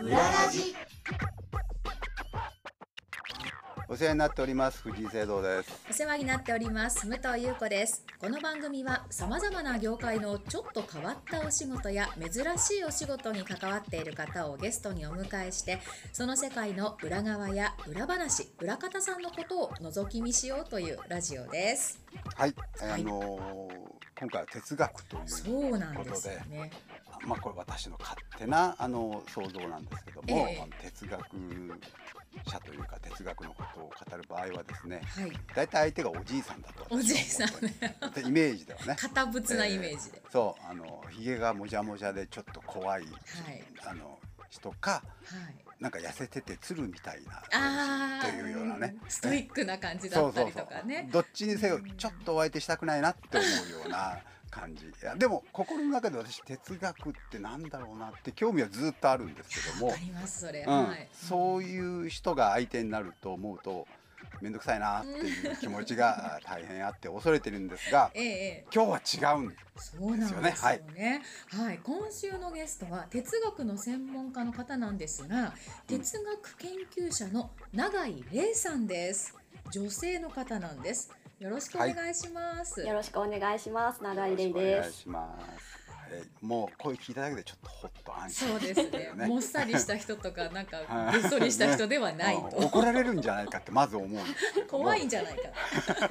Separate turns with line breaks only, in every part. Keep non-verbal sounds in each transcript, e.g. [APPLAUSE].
裏ラジ
お世話になっております藤井聖堂です
お世話になっております武藤優子ですこの番組は様々な業界のちょっと変わったお仕事や珍しいお仕事に関わっている方をゲストにお迎えしてその世界の裏側や裏話裏方さんのことを覗き見しようというラジオです
はい、えー
はい
あのー今回は哲学という
そうなんですよね
まあこれ私の勝手なあの想像なんですけども、
ええ
まあ哲学者というか哲学のことを語る場合はですね
はい
大体相手がおじいさんだと
おじいさん
私は思ってイメージではね
堅物なイメージで、
そうあのひげがもじゃもじゃでちょっと怖い、
はい
あの人か
はい
なんか痩せてて鶴みたいな
あ
と
ー
いうようなね
ストイックな感じだったりとかね
どっちにせよちょっとお相手したくないなって思うような感じいやでも心の中で私哲学ってなんだろうなって興味はずっとあるんですけど
わ
も
か、りますそれ、
うん
はい
そういう人が相手になると思うと面倒くさいなっていう気持ちが大変あって恐れてるんですが
[LAUGHS] ええええ
今日は違うんです
そうなんですよ
で
ね。
すよ
は
ね
い、今週のゲストは哲学の専門家の方なんですが、
うん
哲学研究者の永井玲さんです。女性の方なんです。よろしくお願いします。
よろしくお願いします。長井
よ
玲
ろしくお
で
願い
す。
しますえーもう声聞いただけでちょっとほっと安心
そうです
[LAUGHS]
ね
ね
もっさりした人とか、なんか
は、い
げっそりした人では
[LAUGHS]
ない
うん
と。
怒られるんじゃないかってまず思うんですけども
[LAUGHS] 怖いんじゃないか。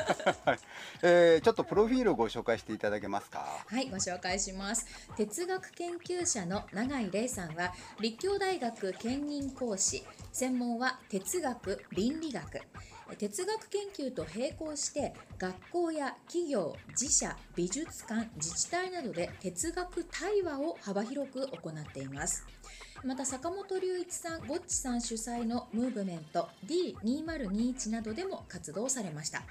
えーちょっとプロフィールをご紹介していただけますか
はい、ご紹介します。哲学研究者の永井玲さんは、立教大学兼任講師、専門は哲学・倫理学。哲学研究と並行して、学校や企業、自社、美術館、自治体などで哲学対話を幅広く行っています。また坂本龍一さん、ゴッチさん主催のムーブメント D2021 などでも活動されました。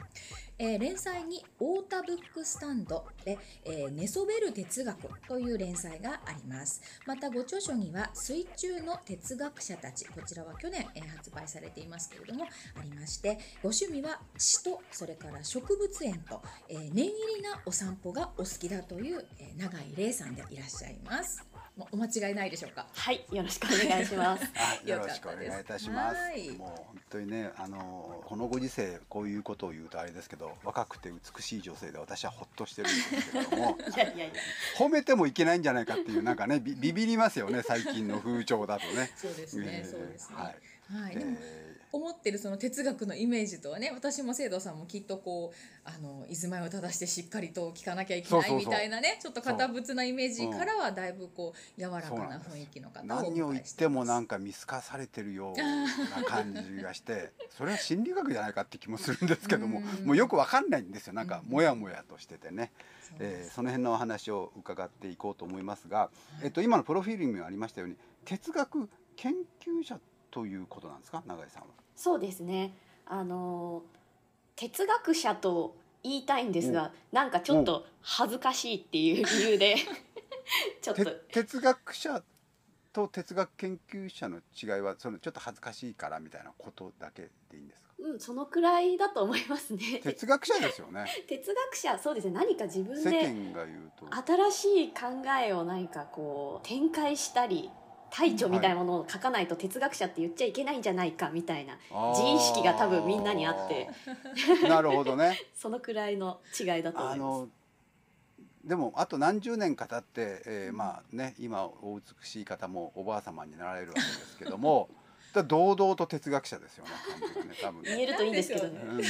えー連載に「太田ブックスタンドで」えー寝そべる哲学」という連載がありますまたご著書には「水中の哲学者たち」こちらは去年、えー発売されていますけれどもありましてご趣味は詩とそれから植物園と、えー念入りなお散歩がお好きだという、えー永井玲さんでいらっしゃいますもうお間違いないでしょうか
はい、よろしくお願い
[LAUGHS]
します。
あよ
よ
ろ
か
し
っ
くお
たです
願いいたします
はい。
もう本当にね、あのこのご時世こういうことを言うとあれですけど、若くて美しい女性で私はほっとしてるんですけれど
[LAUGHS]
も、
いやいやいや。
褒めてもいけないんじゃないかっていうなんかね、ビビビりますよね、最近の風潮だとね。
そうですね、
えー
そうですね
はい。
はい、でも
えー
思ってるその哲学のイメージとはね私も聖堂さんもきっとこうあの出前を正してしっかりと聞かなきゃいけ
そう
な
そう
い
そう
みたいなねちょっと堅物なイメージからはだいぶこう柔らか
そうな
なん
です
雰囲気の方を
何を言ってもなんんか見透かされてるような感じがしてそれは心理学じゃないかって気もするんですけども
うん
[LAUGHS] もうよくわかんないんですよなんか
うん
モヤモヤとしててね
そうで
えー
す
その辺のお話を伺っていこうと思いますが、えっと、今のプロフィールにもありましたように哲学研究者ということなんですか永井さんは。
そうですね。あの哲学者と言いたいんですが、なんかちょっと恥ずかしいっていう理
[LAUGHS]
由でちょってと
哲学者と哲学研究者の違いはそのちょっと恥ずかしいからみたいなことだけでいいんですか
うんそのくらいだと思いますね。
哲学者ですよね
哲学者、そうですね。何か自分
世
で
間が言うと。
新しい考えを何かこう展開したり。大著みたいなものを書かないと哲学者って言っちゃいけないんじゃないかみたいな自意識が多分みんなにあって
あー。なるほどね。
[LAUGHS] そのくらいの違いだと思
あ
います。
のでもあと何十年か経って、えー
うん
まあね今お美しい方もおばあ様になられるわけですけども [LAUGHS] だから堂々と哲学者ですよね感じがね多分
言え
ね。
るといいんですけど
な
ね。
うんね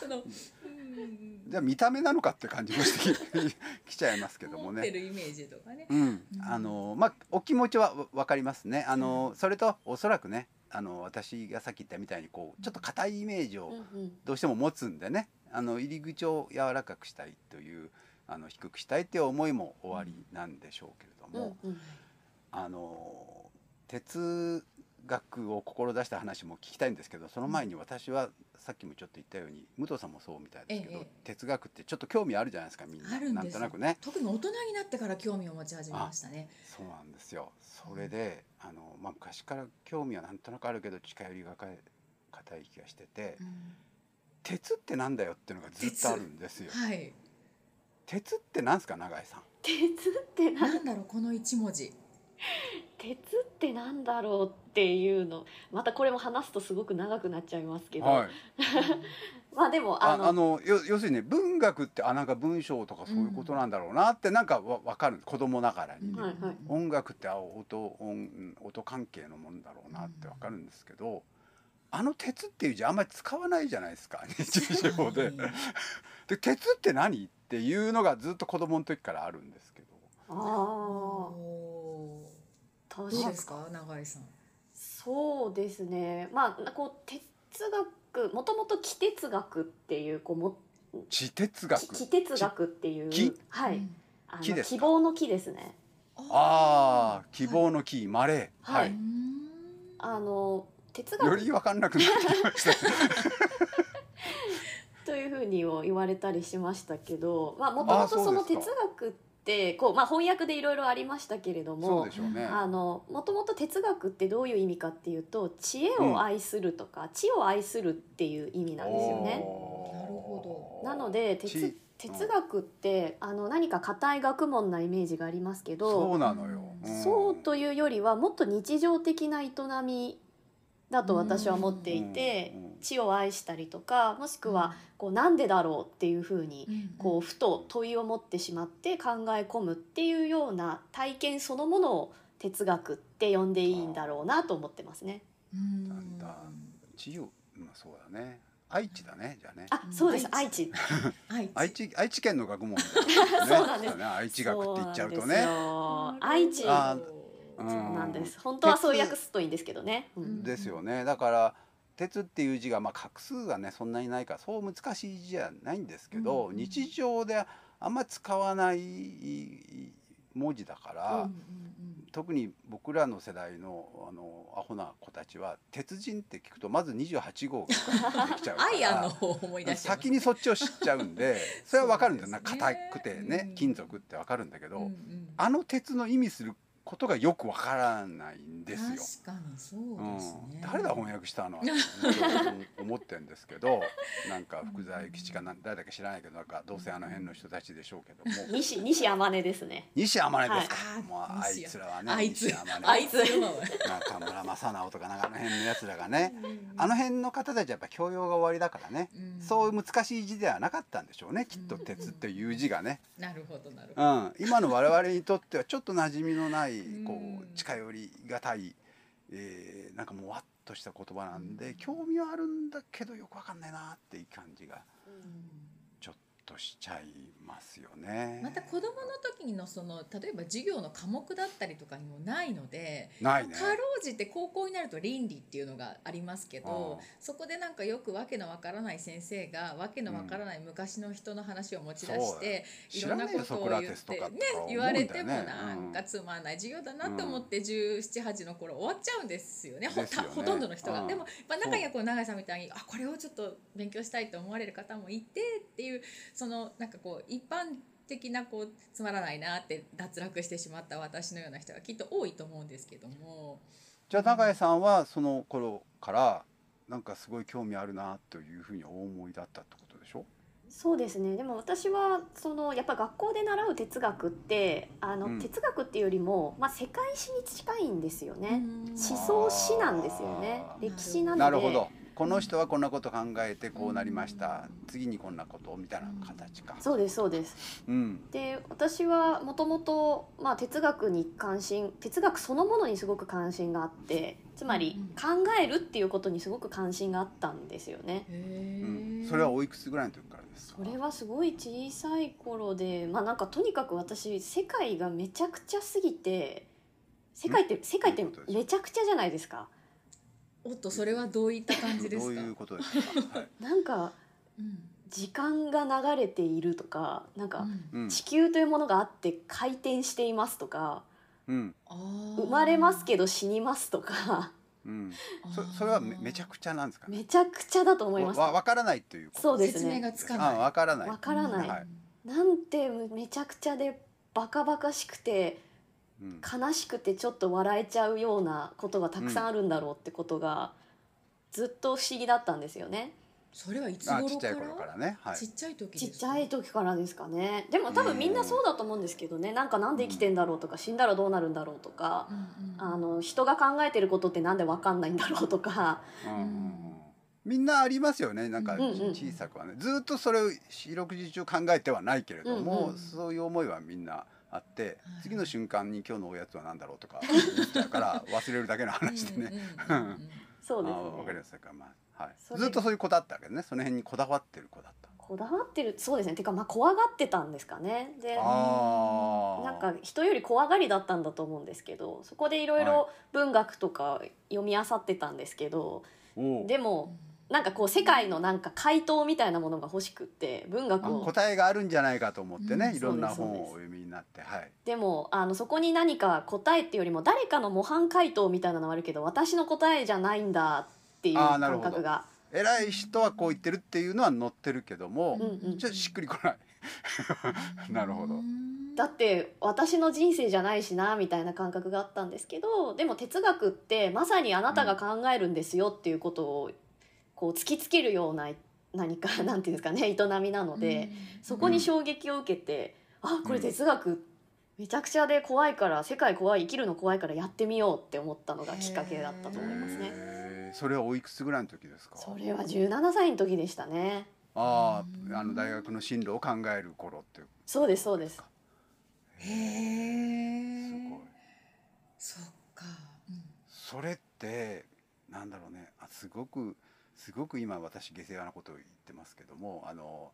そのうん
うんじゃあ見た目なのかって感じもして [LAUGHS] ききちゃいますけども
思っ
ね。
てるイメージとかね
うん、あのまあお気持ちはわわかりますね。あのそれとおそらくねあの私がさっき言ったみたいにこうちょっと硬いイメージを、
うんうん
どうしても持つんでねあの入り口を柔らかくしたいというあの低くしたいという思いも終わりなんでしょうけれど
う
も、
んうん
あの哲学を志した話も聞きたいんですけどその前に私はさっきもちょっと言ったように武藤さんもそうみたいですけど、
ええ
哲学ってちょっと興味あるじゃないですかみんな
あるん
なん
です
と
よ
なくね。
特に大人になってから興味を持ち始めましたね
そうなんですよそれであの、まあ、昔から興味はなんとなくあるけど近寄りがかえ硬い気がしてて、
うん
鉄ってなんだよっていうのがずっとあるんですよ。
はい
鉄ってなんですか永井さん
鉄ってな
なんだろうこの一文字
鉄ってなんだろうっていうのまたこれも話すとすごく長くなっちゃいますけど、
[LAUGHS] はい、
まあでも
あ
あ
あ
の
のよ要するにね文学ってあなんか文章とかそういうことなんだろうなってなんかわ分かる子供ながらにね、
はいはい
[LAUGHS] 音楽ってあ音音音関係のものだろうなって分かるんですけど、あの「鉄」っていう字あんまり使わないじゃないですか日常で。で「鉄って何?」っていうのがずっと子供の時からあるんですけど
あ
おー
あ確
どう
かに
ですか永井さん。
そうですねまあこう哲学もともと気哲学っていうこうも
地鉄
き
学
気哲学っていう
き
はい、
うん
あ
木で
の
すか
希望の木ですね
ああ希
は
望の木、まれ
は
い。
い
うーん
あの哲
よ
学
り分かんなくなってきました [LAUGHS] ね
というふうにも言われたりしましたけどまあもと
あ
も
そう
と
ですか
その哲学ってこう、まあ、翻訳でいろいろありましたけれど
そう
も
でしょうね。
あのもともと哲学ってどういう意味かっていうと知恵を愛するとか、知を愛するっていう意味なんですよね。
おー
なるほ
なので哲
知
哲学ってあの何か硬い学問なイメージがありますけ
そ
ど
うなのよ。ん
そうというよりはもっと日常的な営みだと私は思っていて
うんうん
知を愛したりとかもしくはこうなんでだろうっていうふうにこうふと問いを持ってしまって考え込むっていうような体験そのものを哲学って呼んでいいんだろうなと思ってますね。
うん。
だんだん地をまあそうだね。愛知だねじゃあね。
あそうです
愛
愛知
愛知
愛知愛知県の学問みたいな
[LAUGHS] そうなんです
ね。愛知学って言っちゃうと
そうなんです
ね。
よ愛知
あ
そううんなんです。本当はそう訳すといいんですけどね。うん
うん
ですよね。だから鉄っていう字がまあ画数がねそんなにないからそう難しい字じゃないんですけど、
うん
日常であんま使わない文字だから。
う
特に僕らの世代のあのアホな子たちは鉄人って聞くとまず28号が浮かんできちゃうか
[LAUGHS] アイアン
ら
の方を思い出してます
先にそっちを知っちゃうん
[LAUGHS]
でそれは分かるんだよな
そうですね
硬くてね、
うん
金属って分かるんだけど、
うんうん
あの鉄の意味することがよく分からないんですよ。
確かにそうです
う
ね
ん、誰だ翻訳
[LAUGHS]
したのは思ってんですけどなんか福沢諭吉かなん誰だか知らないけどなんかどうせあの辺の人たちでしょうけども
西西天音ですね。
西天音ですか、
はい
もうあいつらはね
あいつ
西天音
あいつ
中村正直とかなんかあの辺のやつらがねあの辺の方たちはやっぱ教養が終わりだからね、そういう難しい字ではなかったんでしょうねきっと
うん
鉄っていう字がね、
なるほどなるほ
う
ど
ん、今の我々にとってはちょっと馴染みのないこ
うん
う近寄りがたい、えーなんかもうわっとした言葉なんで興味はあるんだけどよくわかんないなっていう感じがちょっとしちゃいますよね。
また子どもの時のその例えば授業の科目だったりとかにもないので
ないね
かろうじて高校になると倫理っていうのがありますけど
あー
そこでなんかよくわけのわからない先生がわけのわからない昔の人の話を持ち出して、い
知
ろ
ら
んな
ねえ
こ
よ
と
ソ
を
クラ
言
テ
っ
ス
て
とか
ね
とか思うんだ
言
よ
われ
ね
てもなんか
う
つまんない授業だなと思って1718の頃終わっちゃうんですよねほ
ですよね
ほとんどの人が。
うん
でも、まあ、中にはこう永井さんみたいにあこれをちょっと勉強したいと思われる方もいてっていうそのなんかこう一般的なこうつまらないなって脱落してしまった私のような人がきっと多いと思うんですけども。
じゃあ永井さんはその頃からなんかすごい興味あるなというふうにお思いだったってことでしょ
そうですね。でも私はそのやっぱ学校で習う哲学ってあの、
うん
哲学っていうよりもまあ世界史に近いんですよね。
うん
思想史なんですよね
あ。
ー
歴史なので。
なるほどこの人はこんなこと考えてこうなりました
うん
次にこんなことみたいな形か。
そうですそうです。
うん
で私はもともとまあ哲学に関心哲学そのものにすごく関心があってつまり考えるっていうことにすごく関心があったんですよね。
う
へ
ん
ー
それはおいくつぐらいの時からですか
それはすごい小さい頃でまあなんかとにかく私世界がめちゃくちゃすぎて世界って世界って
どういうことですか
めちゃくちゃじゃないですか。
おっとそれはどういった感じで
ど
す
う
か。
いうことですか、はい
なんか
うん
時間が流れているとかなんか
うん
うん
地球というものがあって回転していますとか
うん
あー
生まれますけど死にますとか [LAUGHS]
うん、そそれはめめちゃ
ち
くちゃなんですかね
めちゃくちゃだと思いました
わ。わからないということ
そうですね
説明がつか
あ
ない。
わからない
わからない
はい
なんてめちゃくちゃでバカバカしくて
うん、
悲しくてちょっと笑えちゃうようなことがたくさんあるんだろうってことがずっと不思議だったんですよね。
それはいつ
あ
頃
ちっち
か
ゃい
ら
頃からねはい
ちっちゃい時
ちっ
です
ち
か
ゃい時からですかねでも多分みんなそうだと思うんですけどねなんかなんで生きてんだろうとか死んだらどうなるんだろうとか
うんうん
あの人が考えてることってなんでわかんないんだろうとか
うんうんうんみんなありますよねなんか
うんうんうん
小さくはねずっとそれを四六時中考えてはないけれども、
うん
うん
そういう思いはみんなあって
はい
次の瞬間に今日のおやつは何だろう
[LAUGHS]
とか思っちゃうから忘れるだけの話でね。
うんうんうんうん
そ
あ
うです
あわかり
ね
ますだからまあはい
それ
ずっとそういう子だったわけねその辺にこだわってる子だった。
こだわってるそうですねてかまあ怖がってたんですかねで
ああ
なんか人より怖がりだったんだと思うんですけどそこでいろいろ文学とか読み漁ってたんですけど、
おう
でもなんかこう世界のなんか回答みたいなものが欲しくって文
あ
学を
答えがあるんじゃないかと思ってね、
うん
いろんな
そうです
本をお
そう
読みになってはい。
でもあのそこに何か答えっていうよりも誰かの模範回答みたいなのはあるけど私の答えじゃないんだっていう
あーなるほど
感覚が
偉い人はこう言ってるっていうのは載ってるけども、
うんうん
ちょっとしっく [LAUGHS] りこない。なるほど
うん
だって私の人生じゃないしなみたいな感覚があったんですけどでも哲学ってまさにあなたが考えるんですよっていうことをこう突きつけるような何か [LAUGHS] なんていうんですかね営みなので、
うん
そこに衝撃を受けて、あこれ哲学、めちゃくちゃで怖いから世界怖い生きるの怖いからやってみようって思ったのがきっかけだったと思いますね。
へーそれはおいくつぐらいの時ですか。
それは17歳の時でしたね。
ああ、あの大学の進路を考える頃っていう。
そうですそう
[LAUGHS]
です。
へ
す
え
ごい。
そっか、
それってなんだろうね。あすごくすごく今私下世話なことを言ってますけども、あの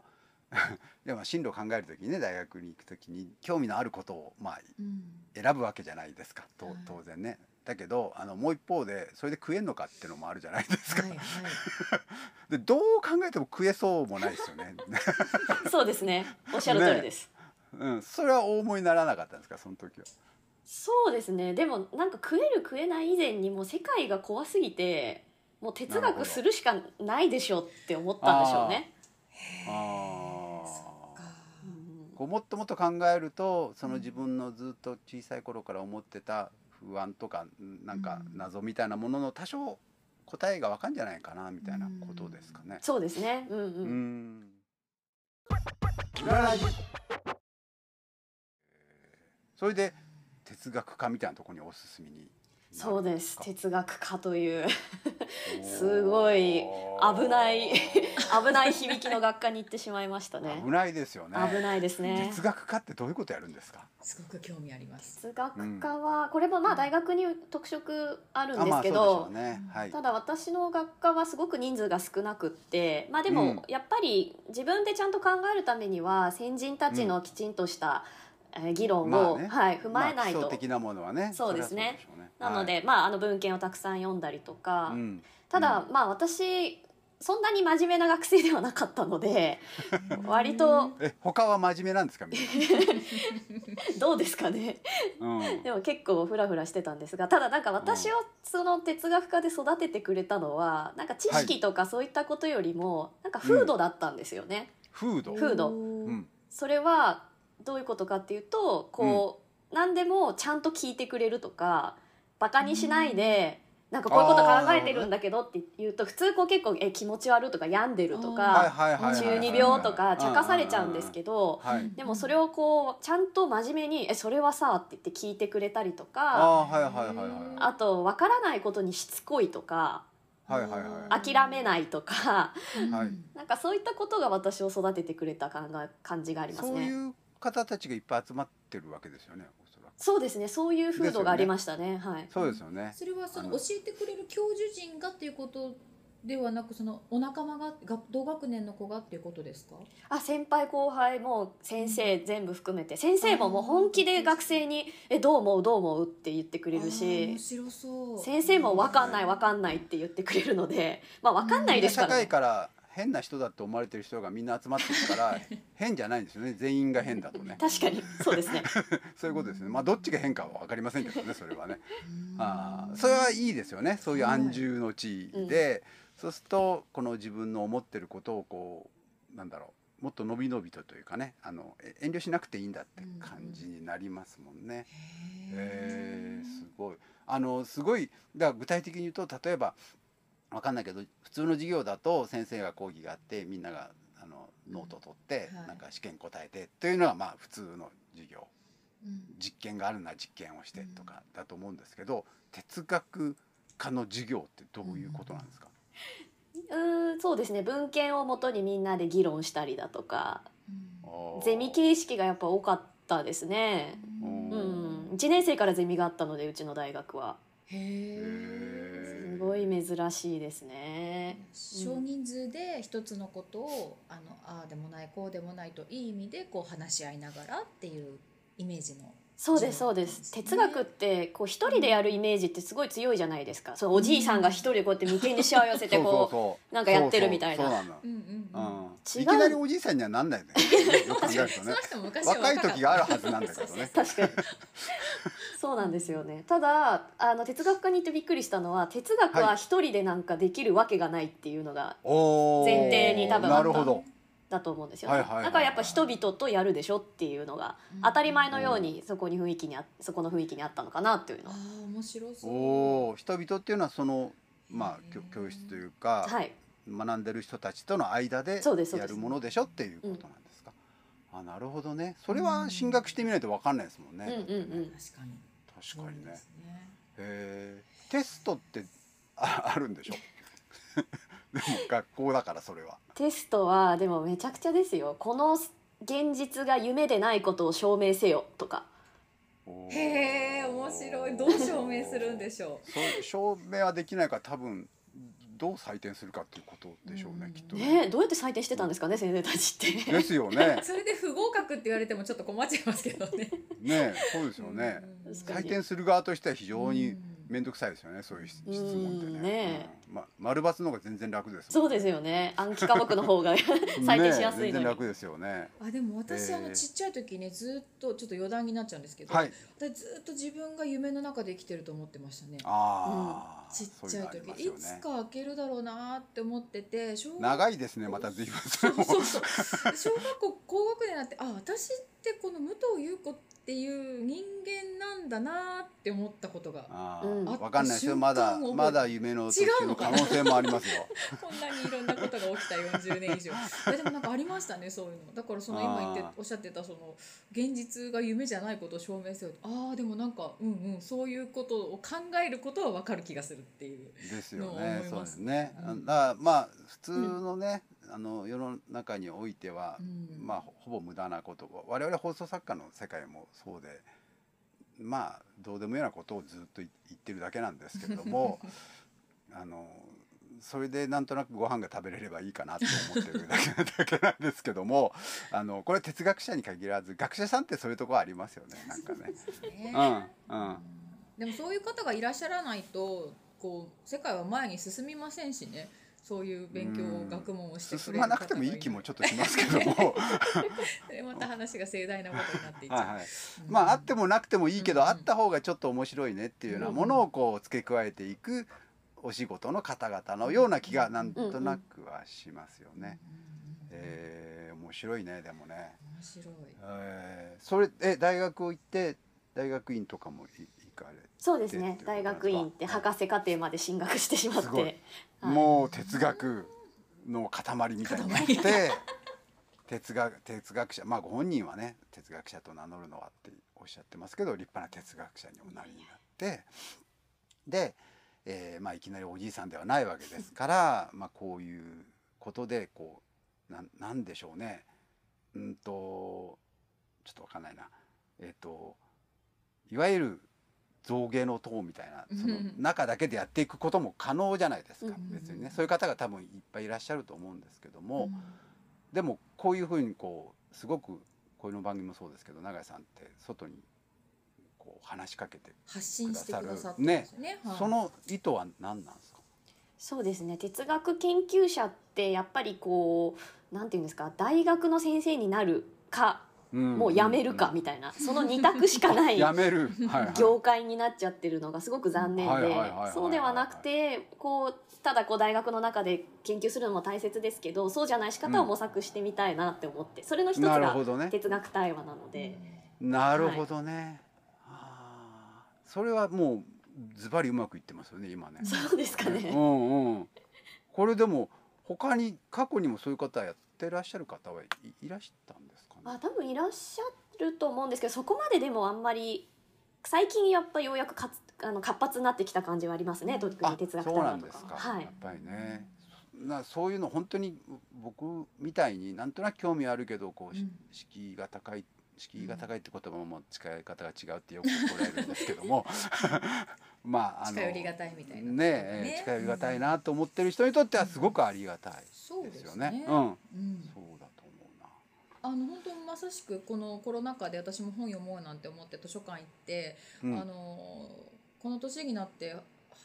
[LAUGHS] でも進路を考える時にね大学に行く時に興味のあることをまあ
うん
選ぶわけじゃないですか。と
はい
当然ね。だけどあのもう一方でそれで食えんのかっていうのもあるじゃないですか。
はいはい
でどう考えても食えそうもないですよね。 [LAUGHS]
そうですね。おっしゃる通りです。
うん、それは大思いにならなかったんですかその時は。
そうですねでもなんか食える食えない以前にもう世界が怖すぎてもう哲
なるほど
学するしかないでしょうって思ったんでしょうね。
あ
そっか
あ。
うん
こうもっともっと考えるとその自分のずっと小さい頃から思ってた不安とかんなんか
うん
謎みたいなものの多少答えがわかんじゃないかなみたいなことですかね。
そうですね、うんう
うんん。裏ラジそれで哲学家みたいなところにおすすめになるんですか。
そうです哲学家という [LAUGHS]
おー
すごい危ない危ない響きの学科に行ってしまいましたね
[LAUGHS] 危ないですよね。
危ないですね
哲学家ってどういうことやるんですか。
すごく興味あります
哲学家はこれもまあ大学に特色あるんです
あ
け
まあ
ど
そうでしょうね。はい。
ただ私の学科はすごく人数が少なくってまあで
うん
もやっぱり自分でちゃんと考えるためには先人たちのきちんとしたえー議論
ま
を、
あね
はい、踏まえな
まあ基
いと
礎、的なものはね。
そうですね
それは
なので、まああの文献をたくさん読んだりとか、
そうでしょうね。はいうん
ただ、まあ私そんなに真面目な学生ではなかったので [LAUGHS] 割と
え他は真面目なんですかみん
どうですかね
な。うん。
でも結構フラフラしてたんですがただなんか私をその哲学家で育ててくれたのはなんか知識とかそういったことよりもなんか風土だったんですよね。
フー
[LAUGHS]
ド。
風土
うん。
それはどういうことかっていうとこう、何でもちゃんと聞いてくれるとかバカにしないで、なんかこういうこと考えてるんだけどって言うと普通こう結構え気持ち悪いとか病んでる
は
と
い
か
はいはいはい。
中二病とか茶化されちゃうんです
ど。
けど。
はい。
でもそれをこうちゃんと真面目に「えそれはさ」って言って聞いてくれたりとか
あーはいはいはいは
あと分からないことにしつこいとか
い。はいはいはい。
あ
諦めないとか
はい
うん
なんかそういったことが私を育ててくれた感が感じがあります
そう
ね。
いう方たちがいっぱい集まってるわけですよね。おそらく。
そうですねそういう風土がありましたねはい
そうですよね。
それはそ
あ
の
の
教えてくれる教授陣がっていうことではなくそのお仲間がが同学年の子がっていうことですか
あ先輩後輩も先生全部含めて先生ももう本気で学生に「えどう思うどう思う?」って言ってく
あ
れる
ー
し
面白そう
先生も「分かんない
うん
分かんない」って言ってくれるのでまあ分かんないですか
社
ら
会
ね
から変な人だって思われてる人がみんな集まってるから
[LAUGHS]
変じゃないんですよね全員が変だとね
確かにそうですね
そういうことですねまあどっちが変かは分かりませんけどねそれはね
うん
あーそれはいいですよねそういう安住の地位で、そうするとこの自分の思ってることをこうなんだろうもっと伸び伸びとというかねあのえ遠慮しなくていいんだって感じになりますもんね。へえすごい。あのすごいだから具体的に言うと例えばわかんないけど普通の授業だと先生が講義があってみんながあのノートを取って、
はい
なんか試験答えてというのはまあ普通の授業
うん
実験があるなら実験をしてとかだと思うんですけど、哲学科の授業ってどういうことなんですか、
うーんそうですね文献をもとにみんなで議論したりだとか
うん
あー
ゼミ形式がやっぱ多かったですね。
うん
うん、1年生からゼミがあったのでうちの大学は
へ
へ
え。
ー
すごい珍しいですね。
少人数で一つのことをあのああでもないこうでもないといい意味でこう話し合いながらっていうイメージの。
そうですそうで
そうです
す
ね
哲学ってこう一人でやるイメージってすごい強いじゃないですかそのおじいさんが一人でこうやって眉間にしわ寄せてこう
そう
なんかやってるみたいな
そうそうそう
うんうん
なの、うん、
違う
いきなりおじいさんにはなんないね
[LAUGHS]
よく考えると
そ
ね
の人も昔は
若い
かった
時があるはずなんだけどね
確かにそうなんですよねただあの哲学科に行ってびっくりしたのは哲学
は
はい一人でなんかできるわけがないっていうのが
おー
前提に多分
なるほど
だと思うんですよね、
はいはいはいはい
だからやっぱ人々とやるでしょっていうのが
うん
当たり前のようにそこに雰囲気にあそこの雰囲気にあったのかなっていうの
あ
は
あ面白そう。
おー人々っていうのはそのまあ教教室というか、
はい
学んでる人たちとの間で
そうですそう
や
です
るものでしょっていうことなんですか。あなるほどね。それは進学してみないとわかんないですもんね。
うんうんうん
確かに。
確かに
そうで
ね。
すね。
へえ。テストってああるんでしょ。 [LAUGHS] でも学校だからそれは。
テストはでもめちゃくちゃですよこの現実が夢でないことを証明せよとか
おー
へえ面白い。どう証明するんでしょ
そう証明はできないから多分どう採点するかっていうことでしょう
う
ね
ん
きっと。
ねえどうやって採点してたんですかね先生たちっ
で
て
すよね
う。。それで不合格って言われてもちょっと困っちゃいますけどね。
ねそうですよね。
うん
確かに
採点する側としては非常に
うん
面倒くさいですよねそういう質問ってね,、
うんね
うんま、丸抜の方が全然楽ですもん
[LAUGHS] そうですよね暗記科目の [LAUGHS] 方が採点しやすい
ね全然
のに
楽ですよね
あでも私、
えー
あのちっちゃい時ねずっとちょっと余談になっちゃうんですけど、
はい
私ずっと自分が夢の中で生きてると思ってましたね
ああ、
ちっちゃ
そうう
い時い,、
のありますよ
つ
ね
か開けるだろうなって思ってて小学
長いですねまた随分それも
[LAUGHS] そうそうそう小学校高学年になってあ私ってこの武藤優子っていう人間なんだなって思ったことが
あ
うん
ーわかんないですよま
あ
だ
瞬間を覚え
まだ夢の途中の可能性もありますよ
こんなにいろんなことが起きた40年
[LAUGHS]
以上いやでもなんかありましたねそういうのだからその今言って
あー
おっしゃってたその現実が夢じゃないことを証明せよああでもなんかうんうんそういうことを考えることは分かる気がするっていう
ですよ
のを
ね
思 [LAUGHS] い
そう
ま
ですすね、
うん
だからまあ普通のね、あの世の中においては、
うん
まあほほぼ無駄なこと我々放送作家の世界もそうでまあどうでもいいようなことをずっとい言ってるだけなんですけれど [LAUGHS] もあのそれでなんとなくご飯が食べれればいいかなと思ってるだけだけなんですけどもあのこれは哲学者に限らず学者さんってそういうところありますよねなんかね。
ね
うんうん
でもそういう方がいらっしゃらないとこう世界は前に進みませんしねそういう勉強
うん
学問をしてく
進
れる
ま
方が
なくてもいい気もちょっとしますけ [LAUGHS] ども
でまた話が盛大なことになっていっちゃう
はい、はい、まああってもなくてもいいけど、
うんうん
あった方がちょっと面白いねっていうようなものをこう付け加えていくお仕事の方々のような気がなんとなくはしますよね。
うんうんうん
えー面白いねでもね。
面白い
えーそれえ大学を行って大学院とかもい行かれ、
そうで
っ
す
ていう
ね
こと
大学院って博士課程まで進学してしまっ
すごい
て、はい
もう哲学の塊みたいになって。哲学哲学者まあご本人はね哲学者と名乗るのはっておっしゃってますけど立派な哲学者におなりになってで、えーまあ、いきなりおじいさんではないわけですからまあこういうことでこうなんなんでしょうねうんとちょっとわかんないなえっ、といわゆる造形の塔みたいなその
うん
中だけでやっていくことも可能じゃないですか
うん
別にねそういう方が多分いっぱいいらっしゃると思うんですけども。でもこういうふうにこうすごくこの番組もそうですけど永井さんって外にこう話しかけて、
発信してくださってますよね。はい
その意図は何なんですか
そうですね哲学研究者ってやっぱりこうなんていうんですか大学の先生になるかもうやめるかみたいな、その二択しかない
やめ [LAUGHS] る、はいはい、
業界になっちゃってるのがすごく残念
はいはい
で
はいはい
そうではなくてこうただこう大学の中で研究するのも大切ですけどそうじゃない仕方を模索してみたいなって思ってそれの一つ
なる
が
ほどね
哲学対話なので
なるほどね、ああそれはもうズバリうまくいってますよね今ね。
そうですか
う
ね。
んうん、これでも他に過去にもそういう方やってらっしゃる方はいいらしたんですか
あ
ね。
多分いらっしゃると思うんですけどそこまででもあんまり最近やっぱようやくかつあの活発になってきた感じはありますね特に哲学
そうな
談
ん
と
で
か
す
は
か、
はい
やっ。ぱりねなそういうの本当に僕みたいになんとなく興味あるけどこう、し
うん
敷居が高い敷居が高いって言葉も使い方が違うってよく怒られるんですけども [LAUGHS] まああの
近寄りがたいみたいな、
ねえ近寄りがたいなと思ってる人にとってはすごくありがたい
そう
で
ですす
よ
ね
ね。うん、
うん
そうだと思うな。
あの本当にまさしくこのコロナ禍で私も本読もうなんて思って図書館行って、
うん
あのこの年になって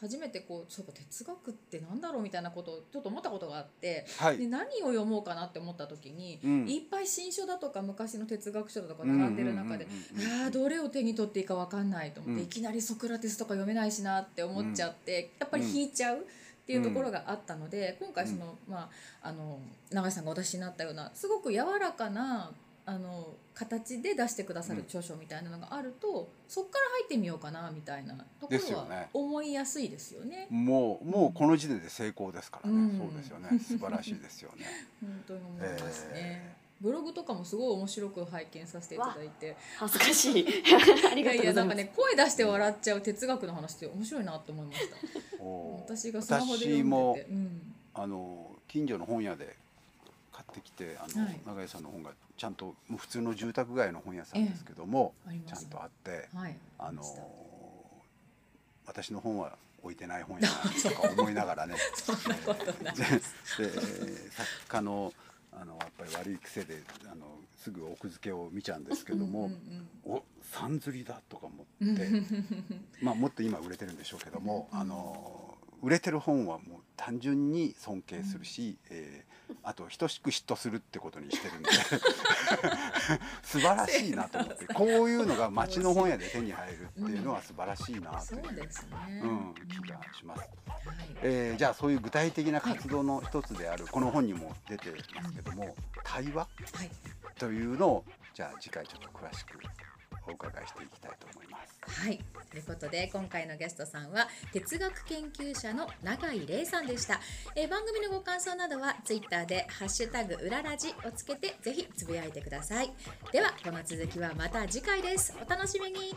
初めてこうそういえば哲学ってなんだろうみたいなことをちょっと思ったことがあって、
はい
で何を読もうかなって思った時に、
うん
いっぱい新書だとか昔の哲学書だとか並んでる中で、
うんうんうんうん
あーどれを手に取っていいかわかんないと思って、
うん
いきなりソクラテスとか読めないしなって思っちゃって、やっぱり引いちゃうっていうところがあったので、今回その、まああの永井さんがお出しになったようなすごく柔らかなあの形で出してくださる
うん
著書みたいなのがあると、そこから入ってみようかなみたいなとこ
です
ろ
よ
は
ね
思いやすいですよね。
もうもうこの時点で成功ですからね、
うん
そうですよね素晴らしいですよね
本当に思いますね、
え
ブログとかもすごい面白く拝見させていただいて
恥ずかしい。 [LAUGHS] あり
い
が
やい
と
う
ご
や
ざ
ないん
ま
か
す。
ね声出して笑っちゃう哲学の話って面白いなと思いました。
おー
私がスマホで読んでて、
私も
うん、
あの近所の本屋で買ってきてあの、
はい
長屋さんの本がちゃんともう普通の住宅街の本屋さんですけども、
ありま
ちゃん
す
とあって
はい。
あの
りまし
私の本は置いてない本屋
[LAUGHS]
だなとか思いながらね
たそんなことない。
でで作家のあのやっぱり悪い癖であのすぐ奥付けを見ちゃうんですけども。
うん
おさんずりだとか思
うんう
っ
ん
て、まあもっと今売れてるんでしょうけども、あの売れてる本はもう単純に尊敬するし、えーあと等しく嫉妬するってことにしてるんで [LAUGHS] 素晴らしいなと
[LAUGHS]
思ってこういうのが町の本屋で手に入るっていうのは素晴らしいなと
そ
いう、
うですね。
うん、気がします。
はい。
えーじゃあそういう具体的な活動の一つであるこの本にも出てますけども対話
はい。
というのをじゃあ次回ちょっと詳しくお伺いしていきたいと思います。
はい。ということで、今回のゲストさんは、哲学研究者の永井玲さんでした。えー番組のご感想などは、ツイッターで、ハッシュタグ、うららじをつけて、ぜひつぶやいてください。では、この続きはまた次回です。お楽しみに。